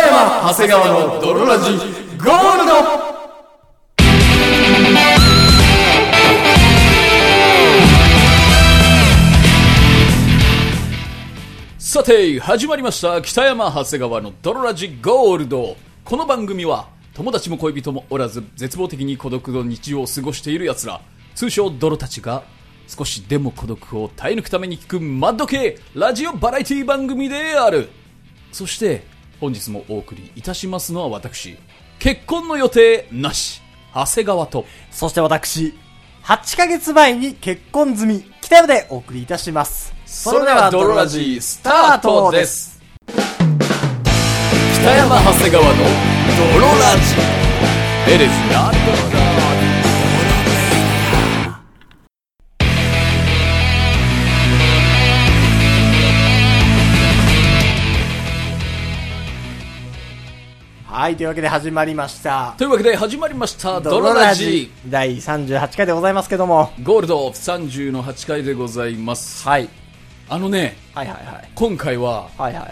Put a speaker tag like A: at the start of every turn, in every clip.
A: 長谷川の泥ラジゴールドさて始まりました北山長谷川の泥ラジゴールドこの番組は友達も恋人もおらず絶望的に孤独の日常を過ごしている奴ら通称泥たちが少しでも孤独を耐え抜くために聞くマッド系ラジオバラエティ番組であるそして本日もお送りいたしますのは私結婚の予定なし長谷川と
B: そして私、8ヶ月前に結婚済み、北山でお送りいたします。
A: それではドロラジースタートです北山長谷川のドロラジー It is not
B: はい、というわけで始まりました。
A: というわけで始まりましたドロラジ
B: ー第38回でございますけども。
A: ーゴールド30の8回でございます
B: はい。
A: あのね
B: はいはいはい。
A: 今回は
B: はいは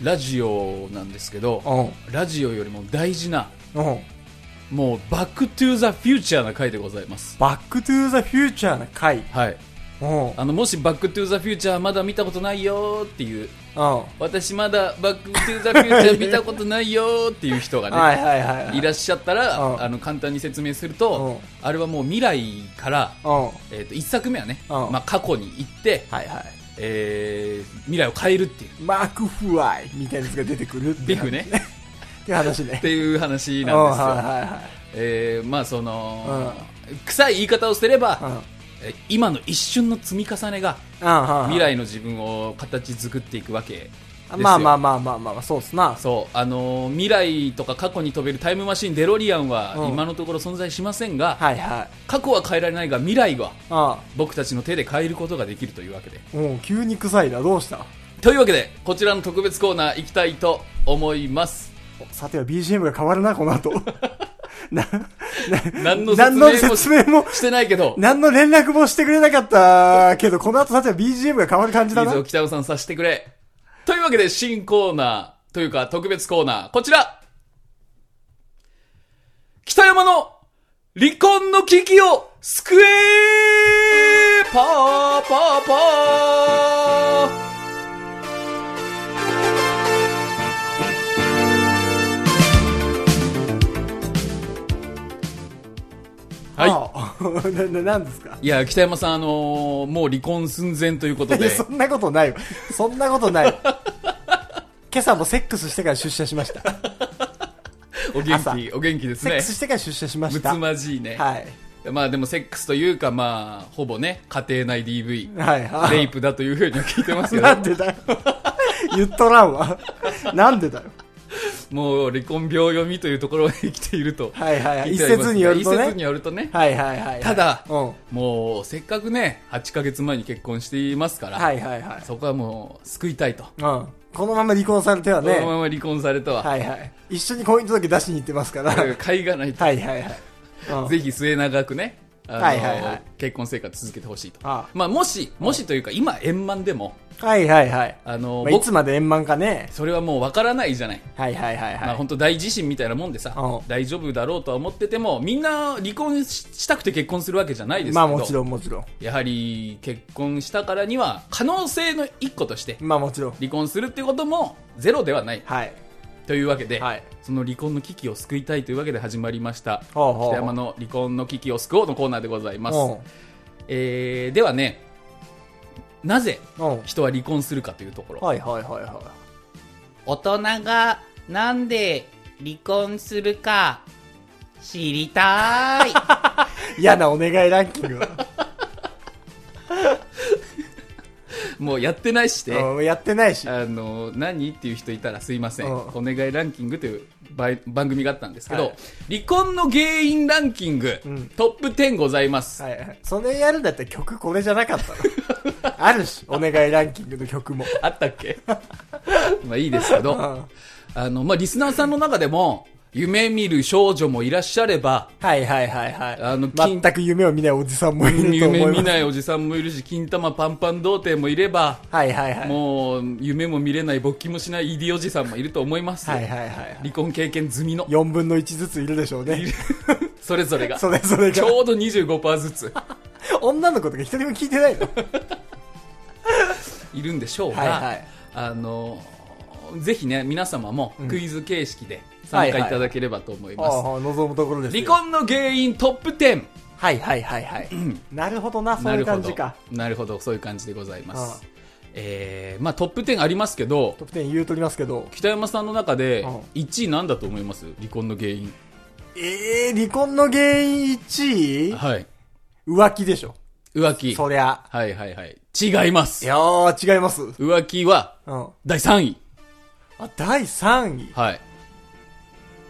A: ラジオなんですけ
B: いは。
A: どラジオよりも大事ない
B: うん。うん。
A: もうバックトゥザフューチャーな回でございます
B: バックトゥーザフューチャーの回。
A: はい
B: うん。うん。
A: あのもしバックトゥザフューチャーまだ見たことないよーっていう
B: は
A: 私まだバックトゥーザフューチャー見たことないよーっていう人が
B: い
A: ね、
B: はい
A: い
B: はいはい。
A: らっしゃったら、
B: うん
A: あの簡単に説明すると、あれはもう未来から、
B: うん。は
A: えー、と1作目はね、
B: うん
A: まあ、過去に行って、
B: いはい。
A: えー未来を変えるっていう
B: マークフライみたいなやつが出てくるって
A: ビフね
B: っていう話 ね
A: っ。ていう話
B: うん
A: な
B: はい
A: んですよ、
B: はいはい。
A: えーまあその、臭い言い方をしてれば、
B: うん。うん
A: えー今の一瞬の積み重ねが
B: うん。
A: 未来の自分を形作っていくわけですよ
B: まあまあまあまあまあまあ、そうっすな。
A: そうあのー未来とか過去に飛べるタイムマシンデロリアンは
B: うん
A: 今のところ存在しませんが、
B: はいはい。
A: 過去は変えられないが未来は
B: あ
A: 僕たちの手で変えることができるというわけで
B: あ、うん、急に臭いな、どうした
A: というわけでこちらの特別コーナー行きたいと思います
B: おさては BGM が変わるな、こ の後。な、な、
A: 何の説
B: 何
A: 明
B: の
A: も
B: 説明も、
A: してないけど
B: 何の連絡もしてくれなかったけど、この後さては BGM が変わる感じだな。
A: 水
B: は
A: を北尾さんさせてくれというわけで新コーナーというか特別コーナーこちら北山の離婚の危機を救えパーパーパーはい
B: い。 な、な、なんですか
A: いや、北山さん、あのーもう離婚寸前ということ
B: いや、
A: で、
B: そんなことないよ。そんなことないよ。今朝もセックスしてから出社しました。
A: お元
B: 朝
A: 気、お元気です
B: セッ
A: ね
B: ク。スしてから出社しま
A: む
B: し
A: つ
B: た。
A: まじいね。
B: はい。
A: まあでも、セックスというか、まあ、ほぼね、家庭内 DV、
B: はいはい。
A: レイプだというふうには聞いてますけど
B: な、んでだよ。言っとらんわ。なんでだよ。
A: もう離婚秒読みというところに生きていると。
B: はいはいはい。
A: 聞い
B: 一
A: ております
B: 説による
A: 一
B: とね。
A: 説によるとね。
B: はいはいはいはい。
A: ただ
B: うん。は
A: もう、せっかくね、8ヶ月前に結婚していますから、
B: いはいはい。
A: そこはもう、救いたいと。
B: うん。このまま離婚されては
A: このま
B: ね。
A: ま離婚されたは、
B: はいはい。一緒に婚姻届出しに行ってますから。は
A: え
B: い
A: ー甲斐がないと。
B: はいはい。うん
A: ぜひ末永くね、あの
B: はいはいはい
A: 結婚生活続けてほしいと。
B: あ
A: まあ、もし、もしというか、今円満でも、
B: はいはいはい。
A: あの、
B: まあい
A: 僕
B: つ、まで円満かね。
A: それはもうわからないじゃない。
B: はいはいはい
A: まあ、
B: は
A: 本当大地震みたいなもんでさ
B: う、ん
A: 大丈夫だろうとは思ってても、みんな離婚ししたくて結婚するわけじゃないですけ
B: い。
A: ど、
B: まあもちろんもちろん。
A: やはり結婚したからには、可能性の一個として、
B: まあもちろん。
A: 離婚するってこともゼロではない。
B: はい。
A: というわけで、
B: はい
A: その離婚の危機を救いたいというわけで始まりました、
B: ほうほうほう
A: 北山の離婚の危機を救おうのコーナーでございます。
B: う
A: えーではねなぜ
B: ん。うん。
A: 人は離婚するかというところ
B: はいはいはいは
A: 大人がなんで離婚するか知りたい
B: い。嫌なお願いランキングだ。
A: もうやってないしね
B: うんやってないし。
A: あの何っていう人いたらすいません
B: うん
A: お願いランキングという番番組があったんですけど、
B: はい
A: 離婚の原因ランキング、
B: うん
A: トップ10ございます、
B: はいはい。それやるんだったら曲これじゃなかったの あるし、お願いランキングの曲も。
A: あったっけ まあいいですけど、
B: うん
A: あの、まあ、リスナーさんの中でも、夢見る少女もいらっしゃれば、
B: はいはいはいはい。
A: あの金
B: 全く夢を見ないおじさんもいると思い
A: 夢
B: ます。
A: 見ないおじさんもいるし、金玉パンパン童貞もいれば、
B: はいはいはい。
A: もう夢も見れない、勃起もしない ED おじさんもいると思います。
B: はいはいはいはい。
A: 離婚経験済みの、
B: 4分の1ずついるでしょうね。
A: それぞれが。
B: それぞれ
A: ち
B: が。
A: ょうど25%ずつ
B: 女の子とか一人も聞いてな いの
A: いるんでしょうが、
B: はいはい。
A: あのぜひね、皆様もクイズ形式で
B: は
A: 参
B: い
A: 加
B: はい
A: いただければと思い
B: あ
A: ます。
B: あ、望むところですよ。
A: 離婚の原因トップ10。
B: はいはいはいはい。なるほどな、そう
A: な
B: いう
A: るほ
B: 感じ
A: ど
B: か。。
A: なるほど、そういう感じでございます。
B: う
A: えー、まあトップ10ありますけど、
B: 得点言うとりますけど。
A: 北山さんの中で
B: うん
A: 1位なんだと思います離婚の原因。
B: ええ離婚の原因1位
A: はい。
B: 浮気でしょ。
A: 浮気。
B: そりゃ。
A: はいはいはい。違いま
B: い
A: す。
B: やー、違います。うん。
A: 浮気は
B: あ、
A: 第3位。
B: 第3位。
A: はい。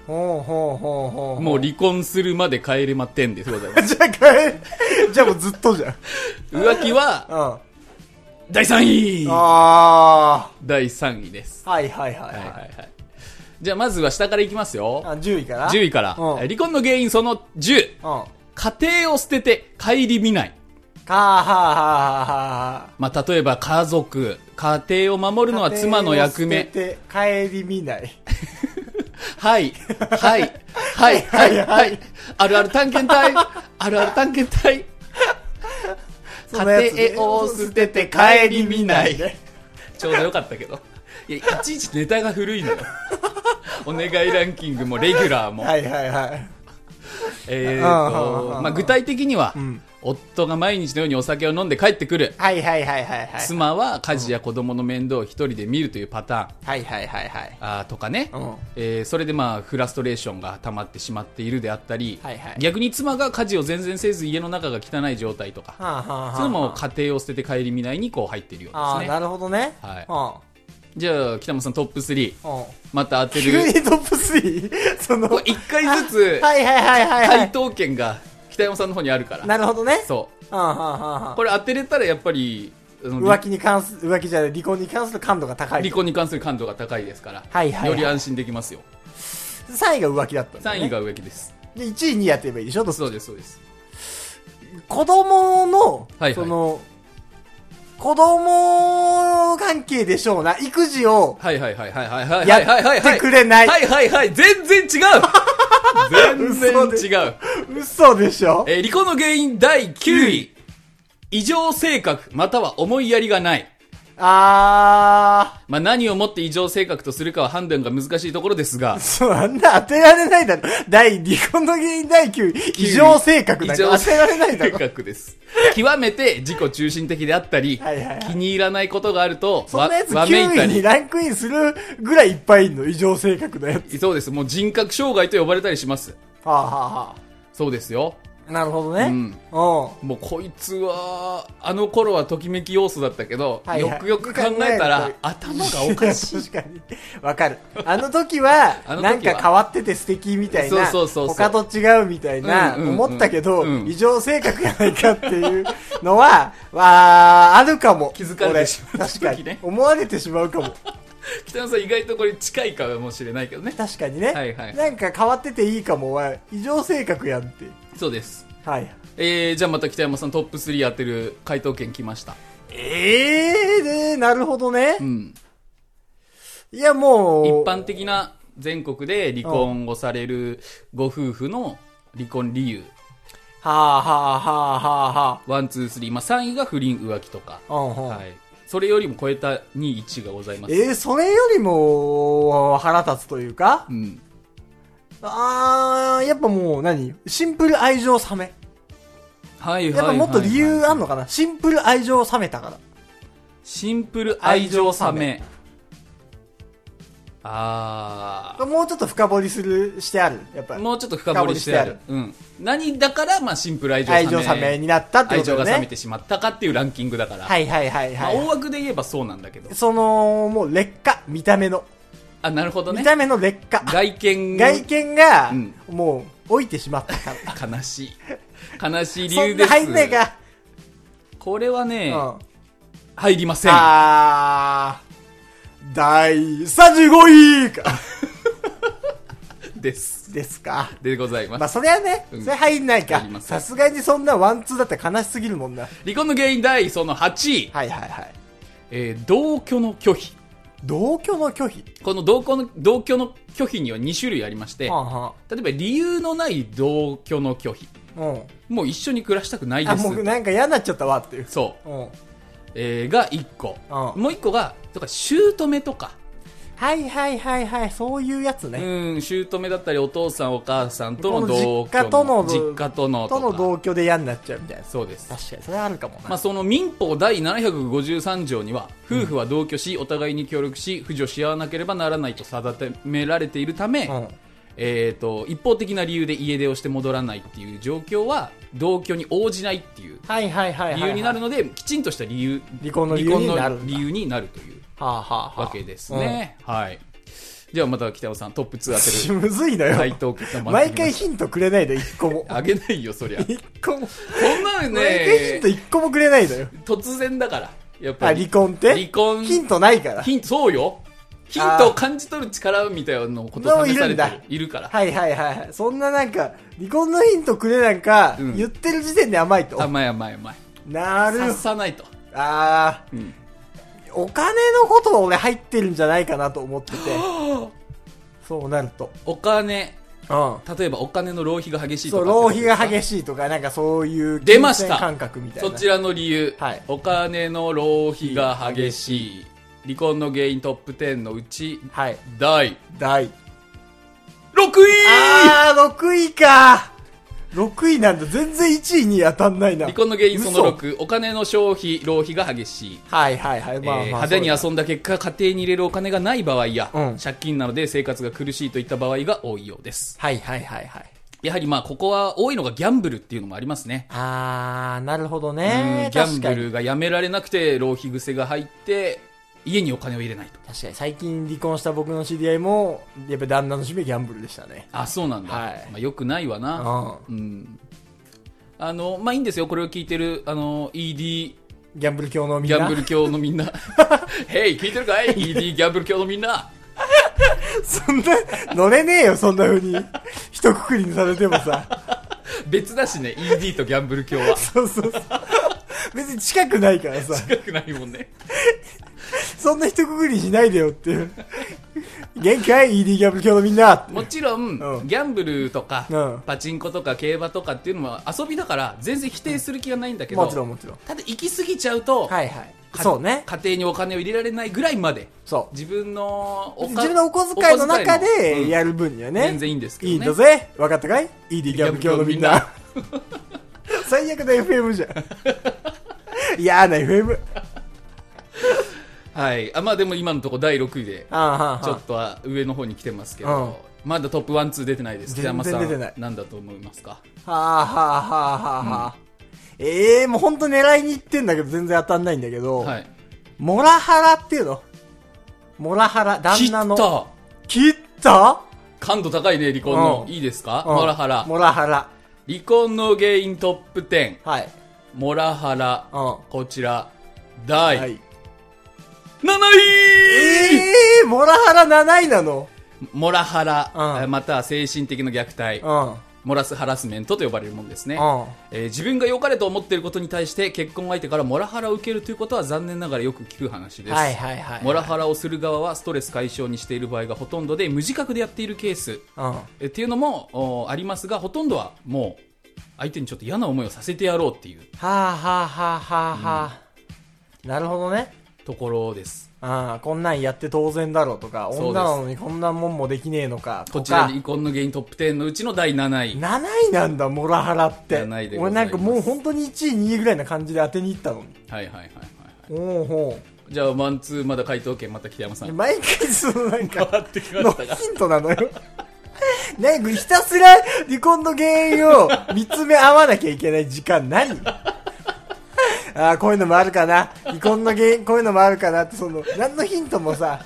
B: ほうほうほうほう。
A: もう離婚するまで帰れまってんでございます。
B: じゃあ帰、じゃあもうずっとじゃん。
A: 浮気は
B: うん。あ
A: 第3位
B: あ
A: 第3位です。
B: ー。はいはいはい
A: はいはい
B: は。
A: はいい。じゃあまずは下からいきますよ。
B: あ、10位かな
A: 10位から。
B: うん
A: 離婚の原因その10。
B: うん。か
A: 家庭を捨てて帰り見ない。
B: ーはーはーは
A: まあ、例えば家族、家庭を守
B: ー
A: るの
B: は
A: は
B: ー。
A: 妻の役目。
B: 家庭を捨てて帰り見ない。
A: はい、はい、 はい、はい、はい。あるある探検隊、あるある探検隊。
B: そのやつね
A: 家庭を捨てて帰り見ない
B: ね。
A: ちょうどよかったけど。いや、いちいちネタが古いのよ。お願いランキングもレギュラーも。
B: はいはいはい。
A: えー
B: あー
A: と、まあ、具体的には、
B: ん
A: 夫が毎日のようにお酒を飲んで帰ってくる。
B: はいはいはいはいはい。
A: 妻は家事や子供の面倒を一人で見るというパターン
B: はいはいはいはい。
A: あーとかね、
B: うん
A: えーそれでまあフラストレーションが溜まってしまっているであったり、
B: はいはい
A: 逆に妻が家事を全然せず家の中が汚い状態とか、
B: はあはあはあ。
A: それも家庭を捨てて帰り見ないにこう入っているよ
B: あ
A: う
B: あ、
A: ですね
B: なるほどね。
A: はい
B: い。
A: じゃあ北本さんトップ3
B: うん。うん。
A: また当て
B: 急に
A: る
B: トップ 3? その、
A: これ1回ずつ
B: はいはいはいはいは
A: 回
B: い。
A: 答権が北山さんの方にあるから、
B: なるほどね。
A: そ
B: うんうんうんう
A: うんこれ当てれたらやっぱりあの
B: 浮気に関する、浮気じゃない、離婚に関する感度が高い。
A: 離婚に関する感度が高いですから、
B: はいはいはい
A: より安心できますよ
B: 3位が浮気だったんだ、ね。
A: 3位。が植木です、
B: で、1位、2位やってればいいでしょどうす
A: そうですそうです
B: 子供の、
A: はい
B: その、子供関係でしょうな。育児を
A: はいはいはいはいはいはいはいはい
B: や
A: はい
B: ってくれない。
A: はいはいはい全然違う全然違う、
B: 嘘でしょ
A: えー離婚の原因第9位異常性格または思いやりがない
B: あ
A: まあ何をもって異常性格とするかは判断が難しいところですが
B: ー。そう、あんな当てられないだろ。第、離婚の原因第9位。異常性格なんか当てられないだ
A: 性
B: ろ。
A: 格です。極めて自己中心的であったり、
B: はいはいはい
A: 気に入らないことがあると、
B: そんなやつ
A: わめい
B: 9
A: た
B: 位に
A: り。
B: ランクインするぐらいいっぱいいんの。異常性格のやつ。
A: そうです。もう人格障害と呼ばれたりします。
B: はあ、はあは
A: そうですよ。
B: あ、なるほどね。
A: うん
B: うん
A: もうこいつは、あの頃はときめき要素だったけど、
B: はいはい
A: よくよく考えたら
B: 考えると
A: 頭がおかしい。
B: や 確かに。わかる。あの時は、
A: あの時は
B: なんか変わってて素敵みたいな、
A: そうそうそうそう
B: 他と違うみたいな、
A: うんうんうん
B: 思ったけど、
A: うん
B: 異常性格やないかっていうのは、 わーあるかも。
A: 気づかれてしまう
B: 俺確かに、
A: 時ね
B: 思われてしまうかも。
A: 北野さん意外とこれ近いかもしれないけどね。
B: 確かにね。
A: はいはい
B: なんか変わってていいかもは、異常性格やんって。
A: そうです。
B: はい。
A: えー、じゃあまた北山さんトップ3当てる回答権来ました。
B: ええー、ね、なるほどね。
A: うん。
B: いや、もう。
A: 一般的な全国で離婚をされるご夫婦の離婚理由。
B: はあはあはあはあは
A: ワン、ツー、スリー。まあ、3位が不倫浮気とか。
B: あ。うんうん。
A: はい。それよりも超えた2、1がございます。
B: えー、それよりも、腹立つというか、
A: うん。
B: あー、やっぱもう何シンプル愛情冷め。
A: はいはいはい、はい。
B: やっぱもっと理由あんのかなシンプル愛情冷めたから。
A: シンプル愛情冷
B: 愛情冷
A: め。あ
B: もうちょっと深掘りする、してある。やっぱ
A: ー。もうちょっと深掘りしてある。
B: 深
A: うん。何だから、まあ、シンプル愛情冷
B: 愛
A: め。
B: 情冷めになったってこ
A: 愛
B: と
A: 情
B: だ
A: が
B: よ
A: 冷
B: ね。
A: めてしまったかっていうランキングだから。
B: はいはいはい
A: まあ、
B: はい。
A: 大枠で言えばそうなんだけど。
B: その、もう劣化。見た目の。
A: あ、なるほどね
B: 見。た目の劣化。
A: 外見が
B: 外見が、
A: うん
B: もう、老いてしまったから。
A: 悲し い。悲しい理
B: そ
A: 由
B: ん
A: で
B: な
A: す。
B: 入んないか。
A: これはね、
B: うん。
A: 入りません。
B: あー。第35位か。
A: です。
B: ですか。
A: でございます。
B: まあ、そりゃね、そ
A: うん
B: れ入んないか
A: 入りま。せん
B: さすがにそんなワンツーだったら悲しすぎるもんな。
A: 離婚の原因第その8位、
B: はいはいはい。
A: えー同居の拒否。
B: 同居の拒否。
A: この同居の同居の拒否には2種類ありまして、
B: はんは
A: 例えば理由のない同居の拒否。
B: んうん。
A: もう一緒に暮らしたくないで
B: あ、
A: す。
B: もうなんか嫌になっちゃったわっていう。
A: そう。
B: うん。
A: えーが1個。
B: うん
A: もう1個が、とか、姑とか、
B: はいはいはいはい、そういうやつね。
A: うん、姑だったり、お父さん、お母さんとの
B: この
A: 同居
B: 実家との
A: 実家との
B: と
A: と
B: の
A: か
B: 同居で嫌になっちゃうみたいな。
A: そうです。
B: 確かに、それはあるかもな。
A: まあ、その民法第753条には、夫婦は同居し、お互いに協力し、扶助し合わなければならないと定められているため、
B: うん。
A: えー、と一方的な理由で家出をして戻らないっていう状況は同居に応じないっていう
B: はいはいはいはい、はい。
A: 理由になるのできちんとした理由
B: 離婚の理由になるんだ
A: 離婚の理由になるという
B: はあ、はあはあ、
A: わけですね、はいではまた北尾さんトップ2当て
B: うん。むずいの
A: る
B: よ。
A: 回答結果まで。
B: 毎回ヒントくれないで、一個も
A: あげないよそりゃ
B: 一個も。
A: そんなの
B: 毎回ヒン
A: ね
B: ト一個もくれないのよ。
A: 突然だからやっ
B: あ、
A: ぱり
B: 離婚って
A: 離婚
B: ヒントないから。
A: ヒントそうよヒントを感じ取る力みたいなのことを試されてる
B: のいるんだ
A: いるから
B: はいはいはいはい。そんななんか、離婚のヒントくれなんか、
A: うん
B: 言ってる時点で甘いと。
A: 甘い甘い甘い
B: なる
A: 刺さないと、
B: あー
A: うん
B: お金のことは俺入ってるんじゃないかなと思 ってて。そうなると。
A: お金
B: うん。
A: 例えばお金の浪費が激しいと
B: そ
A: か
B: う、浪費が
A: しい
B: 激しいとか、なんかそういう、
A: 出ました
B: 感覚みたいな。
A: そちらの理由、
B: はい
A: お金の浪費が激しい離婚の原因トップ10のうち
B: はい。
A: 第
B: 第。
A: 6位
B: あー、6位か。6位なんだ。全然1位に当たんないな。
A: 離婚の原因その
B: 嘘。
A: 6お金の消費浪費が激しい
B: はいはいはい。
A: えー
B: まあまあ。
A: 派手に遊んだ結果家庭に入れるお金がない場合や、
B: うん
A: 借金なので生活が苦しいといった場合が多いようです
B: はいはいはいはい。
A: やはりまあここは多いのがギャンブルっていうのもありますね、
B: あー、なるほど
A: う
B: ね
A: ん。ギャン
B: 確か
A: ブ
B: に。
A: ルがやめられなくて浪費癖が入って家にお金を入れないと
B: 確かに。最近離婚した僕の知り合いも、やっぱ旦那の趣味はギャンブルでしたね。
A: あそうなんだ、
B: はい
A: まあ、よくないわな
B: うん。
A: うんあの、まあ、いいんですよ。これを聞いてる、あの、ED
B: ギャンブル教のみん
A: ギャン
B: な
A: ブ。ル教のみん な。ヘイ、聞いてるかい ?ED ギャンブル教のみんな。
B: そんな、乗れねえよ、そんな風に。一括りにされてもさ。
A: 別だしね、ED とギャンブル教は。
B: そうそうそう。別に近くないからさ。
A: 近くないもんね。
B: そんな一括りしないでよっていう。限界 ?ED ギャンブル教のみんな。
A: もちろん、
B: うん
A: ギャンブルとか、
B: うん
A: パチンコとか競馬とかっていうのは遊びだから、全然否定する気がないんだけど、
B: もちろんもちろん。
A: ただ行き過ぎちゃうと、
B: はいはい。
A: か
B: そうね。
A: 家庭にお金を入れられないぐらいまで、
B: そう。
A: 自分のおか
B: 自分のお小遣いの中
A: お小遣いのうん
B: でやる分にはね。
A: 全然いいんですけど
B: い
A: ね。
B: いんだぜ。分かったかい ?ED ギャンブル教のみんな。 最悪の FM じゃん。 嫌な FM。
A: はい。あ、まあでも今のところ第6位で、
B: ああ、はあ、
A: ちょっとは上の方に来てますけど、まだトップ1、2出てないです。
B: 全然
A: 北山さん
B: 出てない
A: なんだと思いますか
B: はあはあはあはあはあ。ええもうほんと狙いに行ってんだけど全然当たんないんだけど、
A: はい。
B: モラハラっていうのモラハラ、旦那の。
A: 切った
B: 切った
A: 感度高いね、離婚の。
B: うん
A: いいですか
B: うん
A: モラハラ。
B: モラハラ。
A: 離婚の原因トップ10、
B: はい。
A: モラハラ。
B: うん。は
A: こちら、第
B: い。
A: 7
B: え
A: 位
B: えモラハラ7位なの
A: モラハ
B: うん
A: ラ、または精神的な虐待
B: う、ん。
A: モラスハラスメントと呼ばれるものですね。
B: うん。
A: えー自分が良かれと思っていることに対して結婚相手からモラハラを受けるということは残念ながらよく聞く話です、
B: はいはいはい。
A: モラハラをする側はストレス解消にしている場合がほとんどで無自覚でやっているケース
B: うん。
A: えっていうのもおありますがほとんどはもう相手にちょっと嫌な思いをさせてやろうっていう
B: はあはあはあはあはあ、なるほどね。
A: ところです
B: ああ、こんなんやって当然だろうとか、
A: そうです
B: 女なのにこんなもんもできねえのか、
A: ことちら
B: か。
A: 離婚の原因トップ10のうちの第7位
B: 7位なんだ、モラハラって。
A: 7位でござ
B: 俺
A: います
B: なんかもう本当に1位、2位ぐらいな感じで当てに行ったのに。
A: はいはいはいはいは
B: おうほ
A: いじゃあワンツーまだ回答権また北山さ
B: う。
A: ん
B: 毎回そのなん
A: 変
B: か、
A: わってきま
B: の
A: したが
B: ヒントなのよ。 なんかひたすら離婚の原因を見つめ合わなきゃいけない時間何 ああ、こういうのもあるかな。離婚の原因、こういうのもあるかなって、その、何のヒントもさ、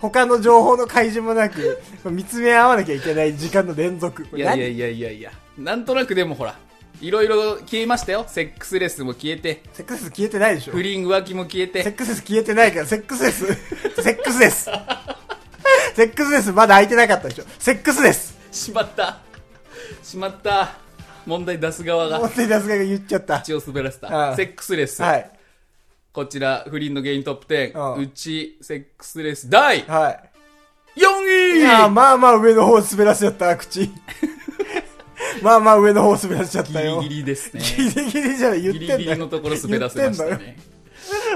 B: 他の情報の開示もなく、見つめ合わなきゃいけない時間の連続。こ
A: い
B: れ
A: や
B: 何
A: いやいやいやいやなんとなくでもほらいろいろ消えましたよセックスレスも消えて
B: セックスレス消えてないでしょ
A: 不倫浮気も消え
B: セッ
A: て
B: クスレス消えてないから、セックス レス。セックスレス。セックスレスまだ空いてなかったでしょ。セックスレス。
A: しまったしまった問題出す側
B: 持
A: が
B: って出すが言っちゃった。
A: 口を滑らせ
B: う
A: た
B: ん
A: セックスレス、
B: はい。
A: こちら不倫の原因トップ10、
B: う
A: うんちセックスレス第4
B: は
A: 位
B: い。いや、まあまあ上の方滑らせちゃった、口。 まあまあ上の方滑らせちゃっ
A: ギ
B: たよ。
A: リギリですね
B: ギリギリじゃない、言って
A: ギ
B: んだ
A: リ
B: よ
A: ギリのところ滑らせました
B: 言ってんだよ
A: ね、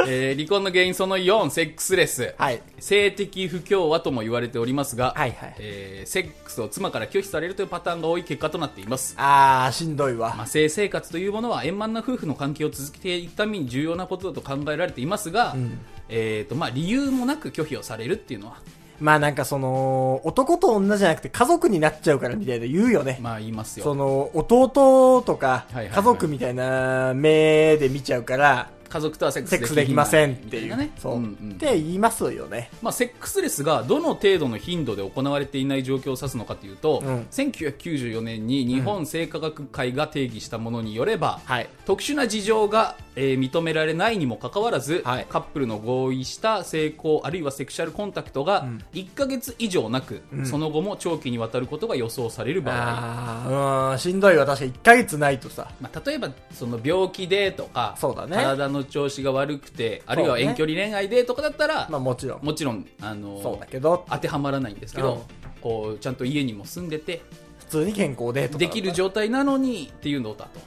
A: えー離婚の原因その4セックスレス、
B: はい。
A: 性的不協和とも言われておりますが、
B: はいはい
A: えーセックスを妻から拒否されるというパターンが多い結果となっています
B: あー、しんどい
A: ま
B: わ。
A: あ、性生活というものは円満な夫婦の関係を続けていくために重要なことだと考えられていますが、えーとまあ、理由もなく拒否をされるっていうのは、
B: まあなんかその、男と女じゃなくて家族になっちゃうからみたいな言うよね。
A: まあ、言います
B: そ
A: よ
B: の、弟とか、
A: はいはいはい
B: 家族みたいな目で見ちゃうから、
A: 家族とはセックス
B: セックスできませんって
A: み
B: い
A: た
B: う。
A: なね
B: そう、
A: んん
B: って言いますよね。
A: まあ、セックスレスがどの程度の頻度で行われていない状況を指すのかというと、
B: うん
A: 1994年に日本性科学会が定義したものによれば、
B: はい。
A: 特殊な事情が、えー認められないにもかかわらず、
B: はい
A: カップルの合意した性交あるいはセクシャルコンタクトが1ヶ月以上なく、その後も長期にわたることが予想される場合、
B: あー、うん、しんどいわ。確か1ヶ月ないとさ。
A: まあ、例えばその病気でとか、
B: そうだね
A: 体の調子が悪くてあるいは
B: そうね
A: 遠距離恋愛でとかだったら、
B: まあもちろん。
A: もちろん、あのー
B: そうだけど、
A: 当てはまらないんですけど、こうちゃんと家にも住んでて
B: 普通に健康でとか。
A: できる状態なのにっていうのだと、ま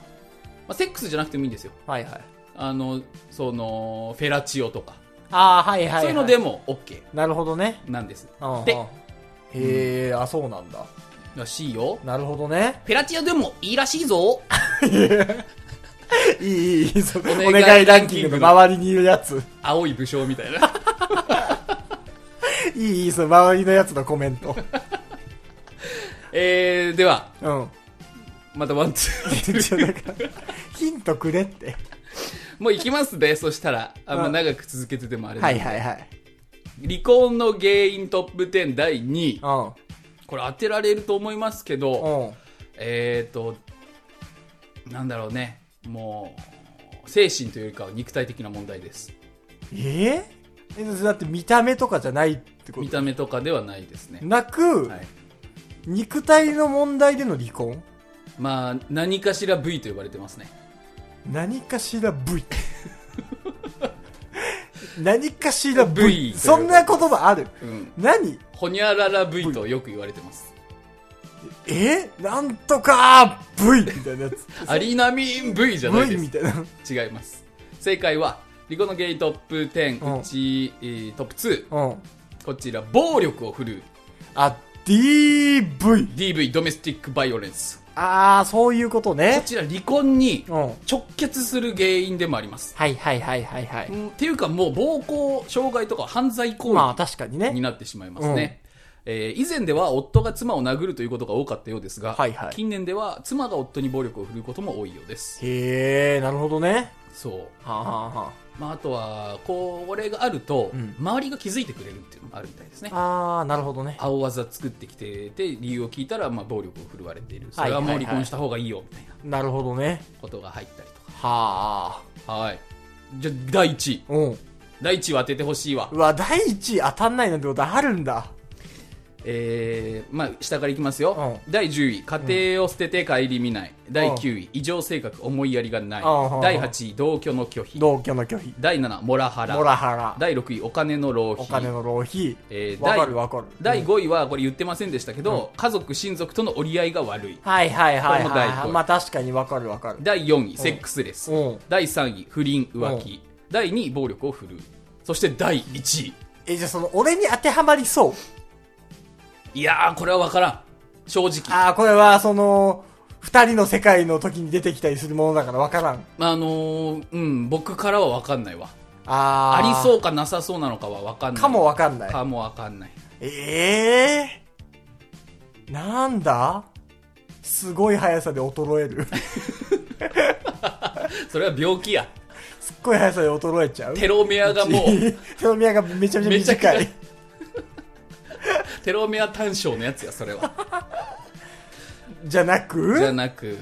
A: あ、セックスじゃなくてもいいんですよ
B: はいはい。
A: あのそのフェラチオとか、
B: あー、はいはい、はい。
A: そういうのでも OK
B: なるほどね。
A: なんです
B: うんうん
A: で
B: へー、あ、そうなんだ。
A: らしいよ
B: なるほどね。
A: フェラチオでもいいらしいぞ
B: いい、いい、いい、そこ。お
A: 願い
B: 願いランキングの周りにいるやつ。
A: 青い武将みたいな
B: いい、いい、その周りのやつのコメント。
A: えー、では
B: うん。
A: またワンツー
B: ちょだからヒントくれって。
A: もう行きますねそしたらあんま
B: うん
A: 長く続けててもあれな
B: は
A: ん
B: い
A: で、
B: はいはい。
A: 離婚の原因トップ10第2位
B: う
A: これ当てられると思いますけど、
B: ん。うん。
A: えー、と、なんだろうね、もう、精神というよりかは肉体的な問題です。
B: えー、えだって見た目とかじゃないってこ
A: 見
B: と
A: た目とかではないですね。
B: なく、
A: はい、
B: 肉体の問題での離婚
A: まあ、何かしら部位と呼ばれてますね。
B: 何かしら部 位何かしら部
A: 部
B: 位
A: 位
B: そんな言葉ある
A: うん。
B: 何
A: ほにゃらら部位とよく言われてます。
B: えなんとか部位みたいなやつ
A: アリーナミン部位じゃない
B: 部位
A: で
B: みたいな
A: す。違います。正解は、リコのゲイトップ
B: うん
A: 10、うち、えートップ2、
B: うん
A: こちら、暴力を振るう。
B: あ DV
A: DV、ドメスティックバイオレンス。
B: ああそういうこと
A: こ
B: ね
A: ちら、離婚に
B: うんはい
A: 直結する原因でもあります。
B: はいはいはいはい
A: うんっていうかもう暴行傷害とか犯罪行
B: まあ
A: 為
B: 確か
A: に
B: にね
A: なってしまいますね、えー以前では夫が妻を殴るということが多かったようですが、
B: はいはい
A: 近年では妻が夫に暴力を振るうことも多いようです
B: へえなるほどね
A: そう、
B: はあ、はあは
A: まあ、あとはこれがあると、
B: うん
A: 周りが気づいてくれるっていうのもあるみたいですね
B: あ、あーなるほどね
A: 青技作ってきてて理由を聞いたら、まあ、暴力を振るわれているそれはもう離婚した方がいいよみたいな
B: なるほどね
A: ことが入ったりと
B: はあ
A: かはいじゃあ第1位
B: うん
A: 第1位を当ててほしいわ
B: うわ第一位当たんないなんてことあるんだ
A: えーまあ、下からいきますよ、第10位家庭を捨てて顧みない、第9位異常性格思いやりがない、
B: うん
A: 第8位同居の拒否
B: 同居の拒否
A: 第7位モラハラ
B: モラハラ
A: 第6位お金の浪費
B: お金の浪費
A: えー
B: わ
A: 第
B: かるわかる
A: 第5位はこれ言ってませんでしたけど、家族親族との折り合いが悪い
B: はいはいはい
A: これも第一
B: はい
A: 項
B: まあ確かにわかるわかる
A: 第4位セックスレス、
B: うん
A: 第3位不倫浮気、第2位暴力を振るうそして第1位
B: えじゃあその俺に当てはまりそう
A: いやーこれは分からん正直
B: ああこれはその二人の世界の時に出てきたりするものだからわからん
A: あのーうん僕からは分かんないわ
B: あ
A: あり
B: う
A: そうかなさそうなのかは分かんない
B: かもわかんない
A: かもわかんない
B: ええー、なんだすごい速さで衰える
A: それは病気や
B: すっごい速さで衰えちゃう
A: テロメアがもう
B: 手の宮がめちゃめちゃ
A: めちゃ
B: 短
A: く
B: い
A: ちテロメア短小のやつやそれ は
B: じゃな
A: じゃ
B: く
A: なく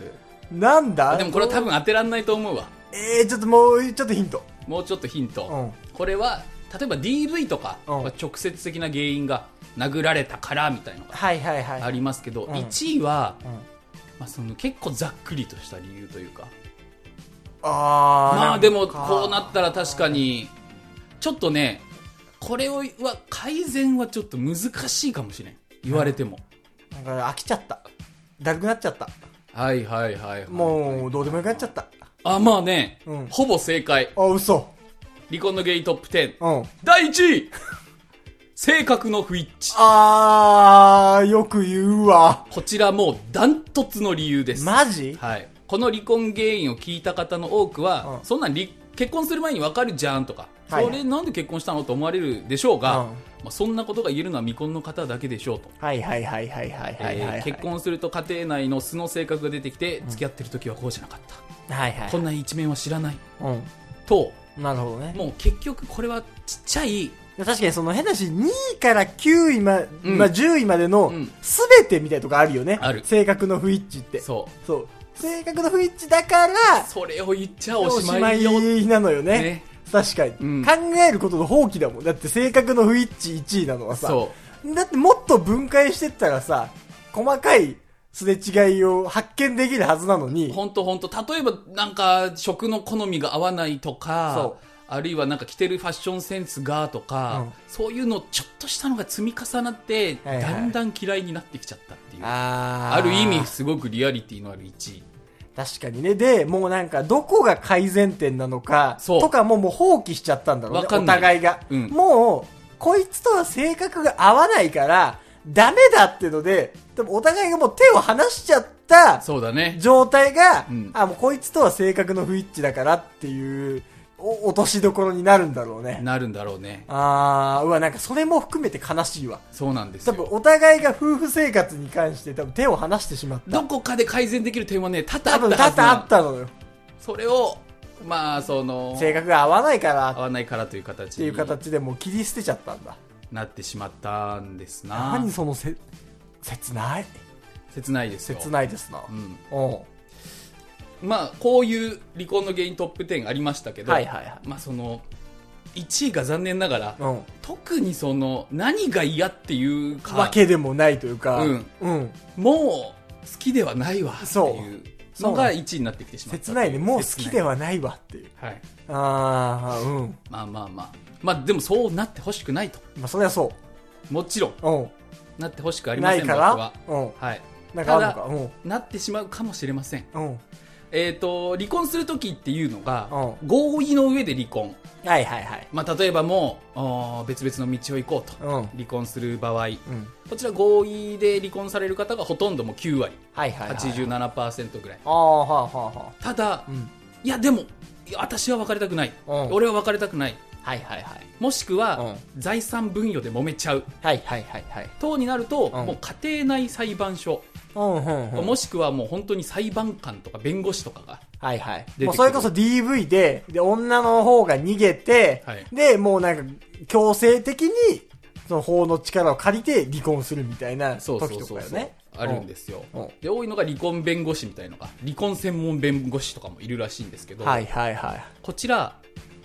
B: なんだ
A: でもこれは多分当てらんないと思うわ
B: えー、ちょっともうちょっとヒント
A: もうちょっとヒント、
B: うん
A: これは例えば DV とか、
B: うん
A: まあ直接的な原因が殴られたからみたいなのが
B: はいはいはい。
A: ありますけど、
B: うん
A: 1位は、
B: うん
A: まあ、その結構ざっくりとした理由というか
B: あー
A: まあ
B: なんか
A: でもこうなったら確かにちょっとねこれをは改善はちょっと難しいかもしれん言われても、
B: なんか飽きちゃった。だるくなっちゃった。
A: はいはいはい、はい、
B: もう、どうでもよくなっちゃった。
A: あまあね、
B: うん
A: ほぼ正解
B: あ、嘘。
A: 離婚のゲイトップ10、
B: うん。
A: 第1位 性格の不一致
B: あー、よく言うわ。
A: こちらもうダントツの理由です、
B: マジ
A: はい、この離婚原因を聞いた方の多くは、
B: うん
A: そんなん離結婚する前に分かるじゃんとか、
B: はい
A: それなんで結婚したのと思われるでしょうが、
B: うん
A: まあ、そんなことが言えるのは未婚の方だけでしょうと、
B: はいはいはいはいはいはいはいは
A: え
B: い。
A: ー結婚すると家庭内の素の性格が出てきて、付き合ってる時はこうじゃなかった、
B: はいはい。
A: こんな一面は知らない
B: うん。
A: と
B: なるほどね。
A: もう結局これはちっちゃい
B: 確かにその変なし、2位から9位ま、
A: うん
B: まあ10位までの
A: うん、
B: すべてみたいなとこあるよね。
A: ある
B: 性格の不一致って。
A: そ
B: そう。性格の不一致だから、
A: うそれを言っちゃおしまいよ
B: おしまいなのよね。
A: ね
B: 確かに、
A: うん
B: 考えることの放棄だもん。だって性格の不一致1位なのはさ。
A: そ
B: だってもっと分解してったらさ、細かいすれ違いを発見できるはずなの
A: う
B: に、
A: 本当本当例えばなんか食の好みが合わないとか
B: そ
A: あるいはなんか着てるファッションセンスがとか、
B: うん
A: そういうのちょっとしたのが積み重なって、
B: はいはい
A: だんだん嫌いになってきちゃったっていうあ
B: あ
A: る意味すごくリアリティのある1位
B: 確かにね。で、もうなんか、どこが改善点なのか、
A: そう
B: とかももう放棄しちゃったんだろうね。
A: わかん
B: お
A: ない
B: 互いが、
A: うん
B: もう、こいつとは性格が合わないから、ダメだってので、でもお互いがもう手を離しちゃった
A: そうだね
B: 状態が、
A: うん
B: あ、もうこいつとは性格の不一致だからっていう、お落としどころになるんだろうね。
A: なるんだろうね
B: あー、うわ、なんかそれも含めて悲しいわ。
A: そうなんです
B: 多
A: よ
B: 分お互いが夫婦生活に関して多分手を離してしまった。
A: どこかで改善できる点はね多
B: 多
A: 々あ
B: 分
A: ったは
B: 多
A: ず
B: 々
A: な
B: あ
A: の
B: ったのよ。
A: それをまあその
B: 性格が合わないから
A: 合わないからという形
B: っていう
A: に
B: 形でもう切り捨てちゃったんだ
A: なってしまったんですな
B: 何そのせ切ない
A: 切ないですよ
B: 切ないですな
A: うん
B: お
A: まあこういう離婚の原因トップ10ありましたけ
B: う
A: ど、
B: はいはいはい
A: まあその1位が残念ながら、
B: うん
A: 特にその何が嫌っていう
B: わ
A: か
B: けでもないというか
A: うん、
B: うん、
A: もう好きではないわっていう
B: そう
A: のが1位になってきてしまった
B: 切ないねもう好きで
A: は
B: はないわっていう
A: はい
B: ああうん
A: まあまあまあまあでもそうなってほしくないと
B: まあそりゃそ
A: もちろん
B: ううん
A: なってほしくありま
B: な
A: せ
B: い
A: ん
B: か
A: 僕
B: ら
A: は
B: うん
A: はい
B: なんかあるのかうん
A: なってしまうかもしれません
B: うん
A: えっ、と離婚する時っていうのが、
B: う
A: 合意の上で離婚
B: はいはいはい
A: まあ、例えばもうあー別々の道を行こうと、
B: うん
A: 離婚する場合
B: うん
A: こちら合意で離婚される方がほとんどもう9割
B: はいはいはい
A: 87%ぐらい
B: ああはあはあは
A: ただ、
B: あうん
A: いやでもいや私は別れたくない、
B: うん
A: 俺は別れたくない
B: はいはいはい
A: もしくは、
B: う
A: 財産分与で揉めちゃう
B: はいはいはいはい
A: 等になると、
B: うん
A: もう家庭内裁判所、
B: うんうんうん
A: もしくはもう本当に裁判官とか弁護士とかが
B: はいはい。
A: てくる
B: もうそれこそ DV で、で、女の方が逃げて、
A: はい
B: で、もうなんか、強制的に、その法の力を借りて離婚するみたいな
A: そう
B: 時
A: そ
B: と
A: うそう
B: か
A: そ
B: よ
A: う、
B: ね。。
A: あるんですすよ、
B: うん
A: で多いのが離婚弁護士みたいのが離婚専門弁護士とかもいるらしいんですけど、
B: はいはいはい。
A: こちら、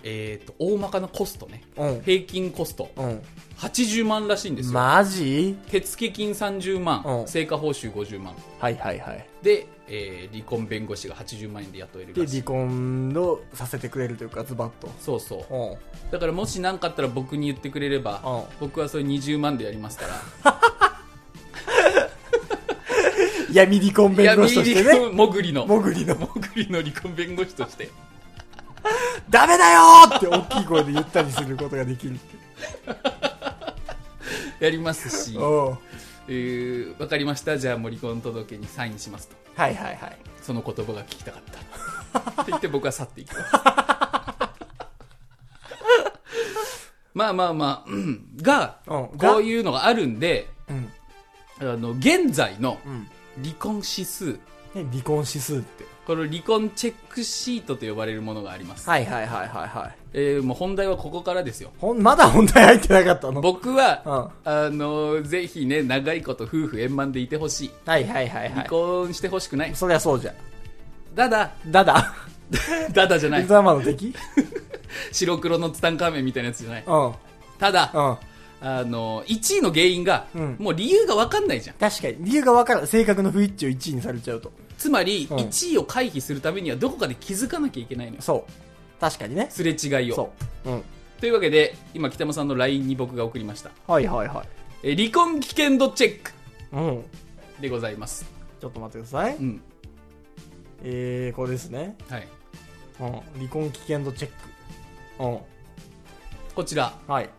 A: えー、と大まかなコストね
B: うん。
A: 平均コスト
B: うん。
A: 80万らしいんですよ、
B: マジ
A: 手付金30万、
B: うん
A: 成果報酬50万
B: はいはいはい。
A: で、えー離婚弁護士が80万円で雇える
B: で、
A: らしい
B: 離婚をさせてくれるというか、ズバッと。
A: そうそう
B: うん。
A: だからもし何かあったら僕に言ってくれれば、
B: うん
A: 僕はそれ20万でやりますから
B: 闇離婚 弁護士として
A: 闇離
B: ね。
A: 婚 もぐりのも
B: もぐりの、
A: ぐりの離婚弁護士として
B: ダメだよーって大きい声で言ったりすることができるって。
A: やりますし、
B: うん。は
A: えー、分かりましたじゃあもう離婚届にサインしますと
B: いはいはい。
A: その言葉が聞きたかったって言って僕は去っていきます まあまあまあ、うんが
B: うんが
A: こういうのがあるんで
B: うん。
A: あの現在の
B: うん。
A: 離婚指数
B: ね離婚指数って。
A: この離婚チェックシートと呼ばれるものがあります、
B: はいはいはいはいはい。
A: えーもう本題はここからですよ
B: ほん、まだ本題入ってなかったの
A: 僕は、
B: うん。は
A: あのぜひね長いこと夫婦円満でいてほしい
B: いはいはいは
A: 離
B: い。
A: 婚してほしくない、
B: そりゃそうじゃ。
A: ただ
B: ダダ。
A: だだじゃない
B: ざまの敵
A: 白黒のツタンカーメンみたいなやつじゃない。
B: うん。
A: ただ、
B: うん。
A: あの、1位の原因が、
B: うん
A: もう理由がわかんないじゃん。
B: 確かに。理由がわからん。性格の不一致を1位にされちゃうと。
A: つまり、
B: うん
A: 1位を回避するためにはどこかで気づかなきゃいけないのよ。
B: そう。確かにね。
A: すれ違いを。
B: そう。うん。
A: というわけで、今北山さんの LINE に僕が送りました。
B: はいはいはい。
A: えー離婚危険度チェック
B: うん。
A: でございます。
B: ちょっと待ってください。
A: うん。
B: えー、これですね。
A: はい。
B: うん。離婚危険度チェック。うん。
A: こちら、
B: はい。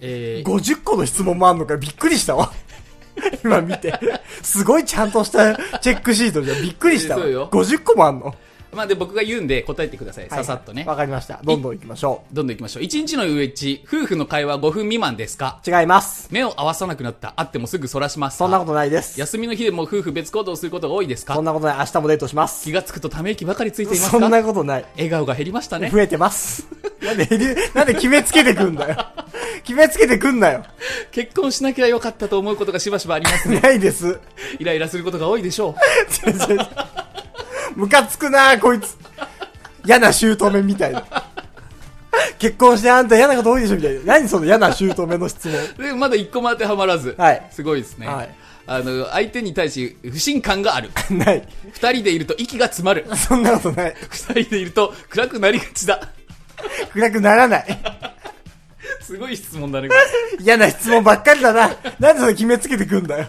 A: えー
B: 50個の質問もあんのかびっくりしたわ。 今見て。すごいちゃんとしたチェックシートじゃんびっくりしたわ。
A: そうよ
B: 50個もあんの。
A: まあで僕が言うんで答えてください。ささっとね。
B: わかりました。どんどん行きましょ
A: どんどん行きましょう。1日の上地、夫婦の会話5分未満ですか
B: う。違います。
A: 目を合わさなくなった。会ってもすぐそらしますか
B: そんなことないです。
A: 休みの日でも夫婦別行動することが多いです
B: そ
A: か
B: んなことない。明日もデートします。
A: 気がつくとため息ばかりついています
B: そ
A: か
B: んなことない。
A: 笑顔が減りましたね。
B: 増えてます。なんで、なんで決めつけてくんだよ。決めつけてくんなよ。
A: 結婚しなきゃよかったと思うことがしばしばありますね。
B: ないです。
A: イライラすることが多いでしょう。
B: 全然ムカつくなこいつ。嫌な姑みたいな。結婚してあんた嫌なこと多いでしょみたいな。何その嫌な姑の質問。
A: で、まだ一個も当てはまらず。
B: はい
A: すごいですね。
B: はい
A: あの、相手に対し不信感がある。
B: ない。
A: 二人でいると息が詰まる。
B: そんなことない。
A: 二人でいると暗くなりがちだ。
B: 暗くならない。
A: すごい質問だね、これ
B: 嫌な質問ばっかりだな。なんでそれ決めつけてくんだよ。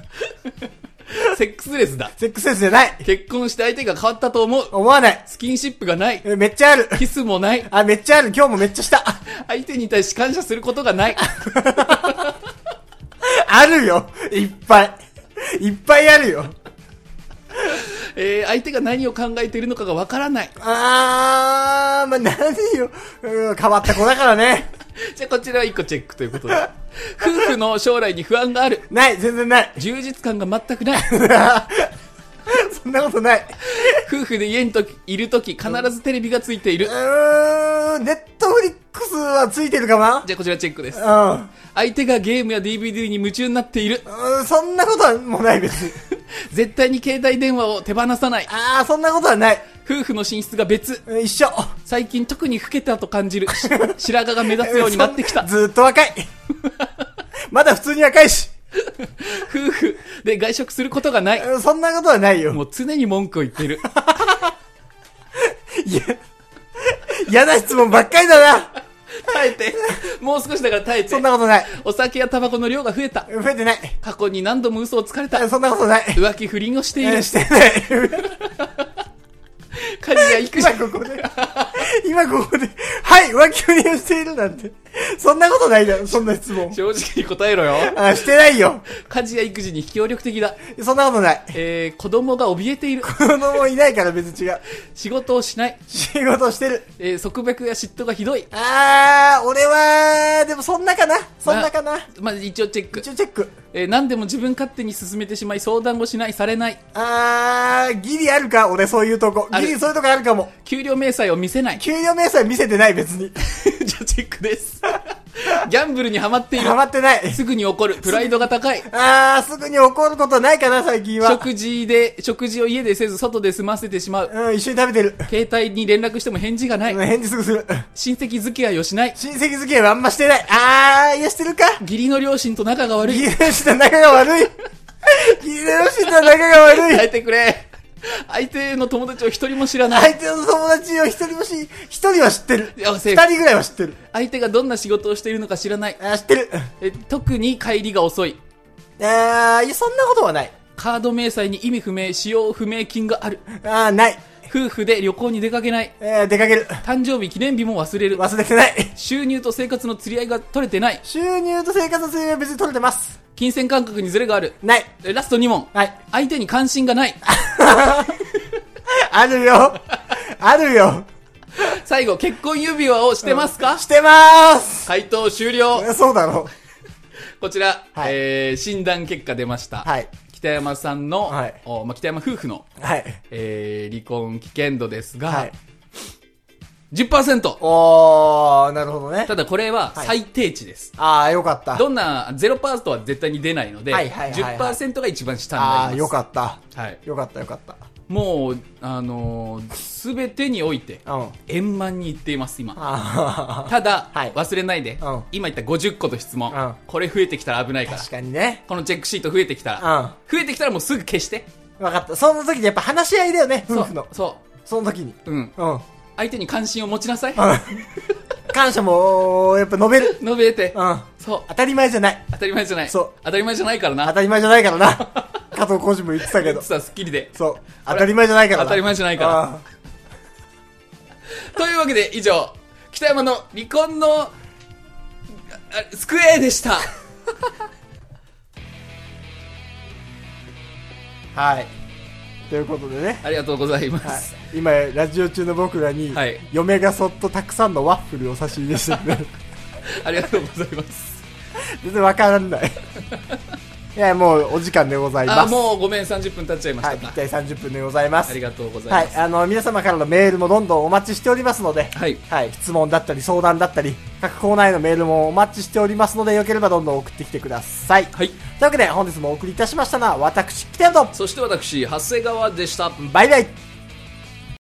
A: セックスレスだ。
B: セックスレスじゃない。
A: 結婚して相手が変わったと思う。
B: 思わない。
A: スキンシップがない。
B: えめっちゃある。
A: キスもない。
B: あ、めっちゃある。今日もめっちゃした。
A: 相手に対し感謝することがない。
B: あるよ。いっぱい。いっぱいあるよ。
A: えー、相手が何を考えているのかがわからない。
B: あー、まあ、何よ。うん変わった子だからね。
A: じゃあこちらは一個チェックということで。夫婦の将来に不安がある。
B: ない、全然ない。
A: 充実感が全くない。
B: そんなことない。
A: 夫婦で家にときいるとき必ずテレビがついている
B: う。ーん、ネットフリックスはついてるかな
A: じゃあこちらチェックです。
B: うん
A: 相手がゲームや DVD に夢中になっている。
B: うん。そんなことはもうない別に。
A: 絶対に携帯電話を手放さない。
B: あー、そんなことはない。
A: 夫婦の寝室が別。
B: うん一緒。
A: 最近特に老けたと感じる。し白髪が目立つようになってきた。
B: ずーっと若い。まだ普通に若いし。
A: 夫婦で外食することがない。
B: うんそんなことはないよ。
A: もう常に文句を言っている。
B: いや、嫌な質問ばっかりだな。
A: 耐えて。もう少しだから耐えて
B: そん。なことない。
A: お酒やタバコの量が増えた。
B: 増えてない。
A: 過去に何度も嘘をつかれた
B: う。んそんなことない。
A: 浮気不倫をしてい
B: うん
A: る。
B: してない。
A: 家事や育児
B: 今。こ こで、今ここで、はい、浮気を利用しているなんて。そんなことないだろ、そんな質問。
A: 正直に答えろよ。
B: あ、してないよ。
A: 家事や育児に協力的だ。
B: そんなことない。
A: えー、子供が怯えている。
B: 子供いないから別に違う。
A: 仕事をしない。
B: 仕事してる。
A: えー、束縛や嫉妬がひどい。
B: あー、俺は、でもそんなかな。そんなかな。
A: まあ、一応チェック
B: 一。応チェック。
A: えー、何でも自分勝手に進めてしまい、相談をしない、されない。
B: あー、ギリあるか、俺そういうとこ。
A: ある
B: ギリそういうとこあるかも。
A: 給料明細を見せない。
B: 給料明細見せてない別に。
A: じゃあチェックです。ギャンブルにはまっている
B: ハ。マってない。
A: すぐに怒る。プライドが高い。
B: あー、すぐに怒ることないかな、最近は。
A: 食事で、食事を家でせず外で済ませてしまう。
B: うん、一緒に食べてる。
A: 携帯に連絡しても返事がない。
B: うん返事すぐする。
A: 親戚付き合いをしない。
B: 親戚付き合いはあんましてない。あー、いやしてるか。
A: 義理の両親と仲が悪
B: ギ
A: い。
B: リの人仲が悪い。ギリの人仲が悪い
A: 耐。えてくれ。相手の友達を一人も知らない。
B: 相手の友達を一人もし、一人は知ってる。
A: い
B: 二
A: やセー
B: 人
A: フ
B: ぐらいは知ってる。
A: 相手がどんな仕事をしているのか知らない。
B: あー知ってる。
A: え特に帰りが遅い。
B: あーいや、そんなことはない。
A: カード明細に意味不明、使用不明金がある。
B: あーない。
A: 夫婦で旅行に出かけない。
B: えー出かける。
A: 誕生日記念日も忘れる。
B: 忘れてない。
A: 収入と生活の釣り合いが取れてない。
B: 収入と生活の水準は別に取れてます。
A: 金銭感覚にズレがある。
B: ない。
A: えラスト2問。
B: はい。
A: 相手に関心がない。
B: あるよ。あるよ。
A: 最後、結婚指輪をしてますか、
B: してまーす。
A: 回答終了。
B: そうだろ
A: こちら、
B: はい
A: えー診断結果出ました。
B: う。はい。
A: 北山さんの、
B: はい
A: おまあ、北山夫婦の、
B: はい。
A: えー離婚危険度ですが、
B: はい。
A: 10%。
B: おー、なるほどね
A: た。だこれは
B: はい
A: 最低値です。
B: あー、よかった。
A: どんな、0%は絶対に出ないので、
B: はいはいはいはい
A: 10%が一番下になりま
B: あ
A: す。
B: ー、よかった。
A: はい。
B: よかったよかった。
A: もう、あのすべてにおいて、
B: うん。
A: 円満にいっています、今。
B: あ
A: ただ、
B: はい
A: 忘れないで、
B: うん
A: 今言った50個と質問、
B: うん
A: これ増えてきたら危ない
B: ー
A: から。
B: 確かにね。
A: このチェックシート増えてきたら、
B: う
A: 増
B: ん
A: えてきたらもうすぐ消して。
B: 分かった。その時でやっぱ話し合いだよね、夫婦の。
A: そ
B: その時に。
A: う。うん。
B: うん。
A: 相手に関心を持ちなさい。
B: 感謝も、やっぱ述べる。
A: 述べて。
B: うん。
A: そう。
B: 当たり前じゃない。
A: 当たり前じゃない。
B: そう
A: 当たり前じゃないから
B: 当
A: な。
B: たり前じゃないか らな。加藤浩次も言ってたけど。
A: さあ、スッキリで。
B: そう。当たり前じゃないからな。
A: 当たり前じゃないから
B: あ
A: というわけで、以上、北山の離婚の、ああスクエアでした。
B: ーはい。ということでね。
A: ありがとうございま
B: はい
A: す。、
B: 今ラジオ中の僕らに、
A: はい
B: 嫁がそっとたくさんのワッフルを差し入れして くれる
A: ありがとうござい ます。
B: 全然わからんない いやもうお時間でござい
A: あ、
B: ます
A: もうごめん、30分経っちゃいまし
B: は
A: た
B: いぴ
A: か。
B: ったり30分でございます
A: ありがとうございま
B: はい
A: す。、
B: あの皆様からのメールもどんどんお待ちしておりますので、
A: はい
B: 質問だったり相談だったり各コーナーへのメールもお待ちしておりますのでよければどんどん送ってきてください、
A: はい
B: というわけで本日もお送りいたしましたのは私北野と
A: そして私、長谷川でした。
B: バイバイ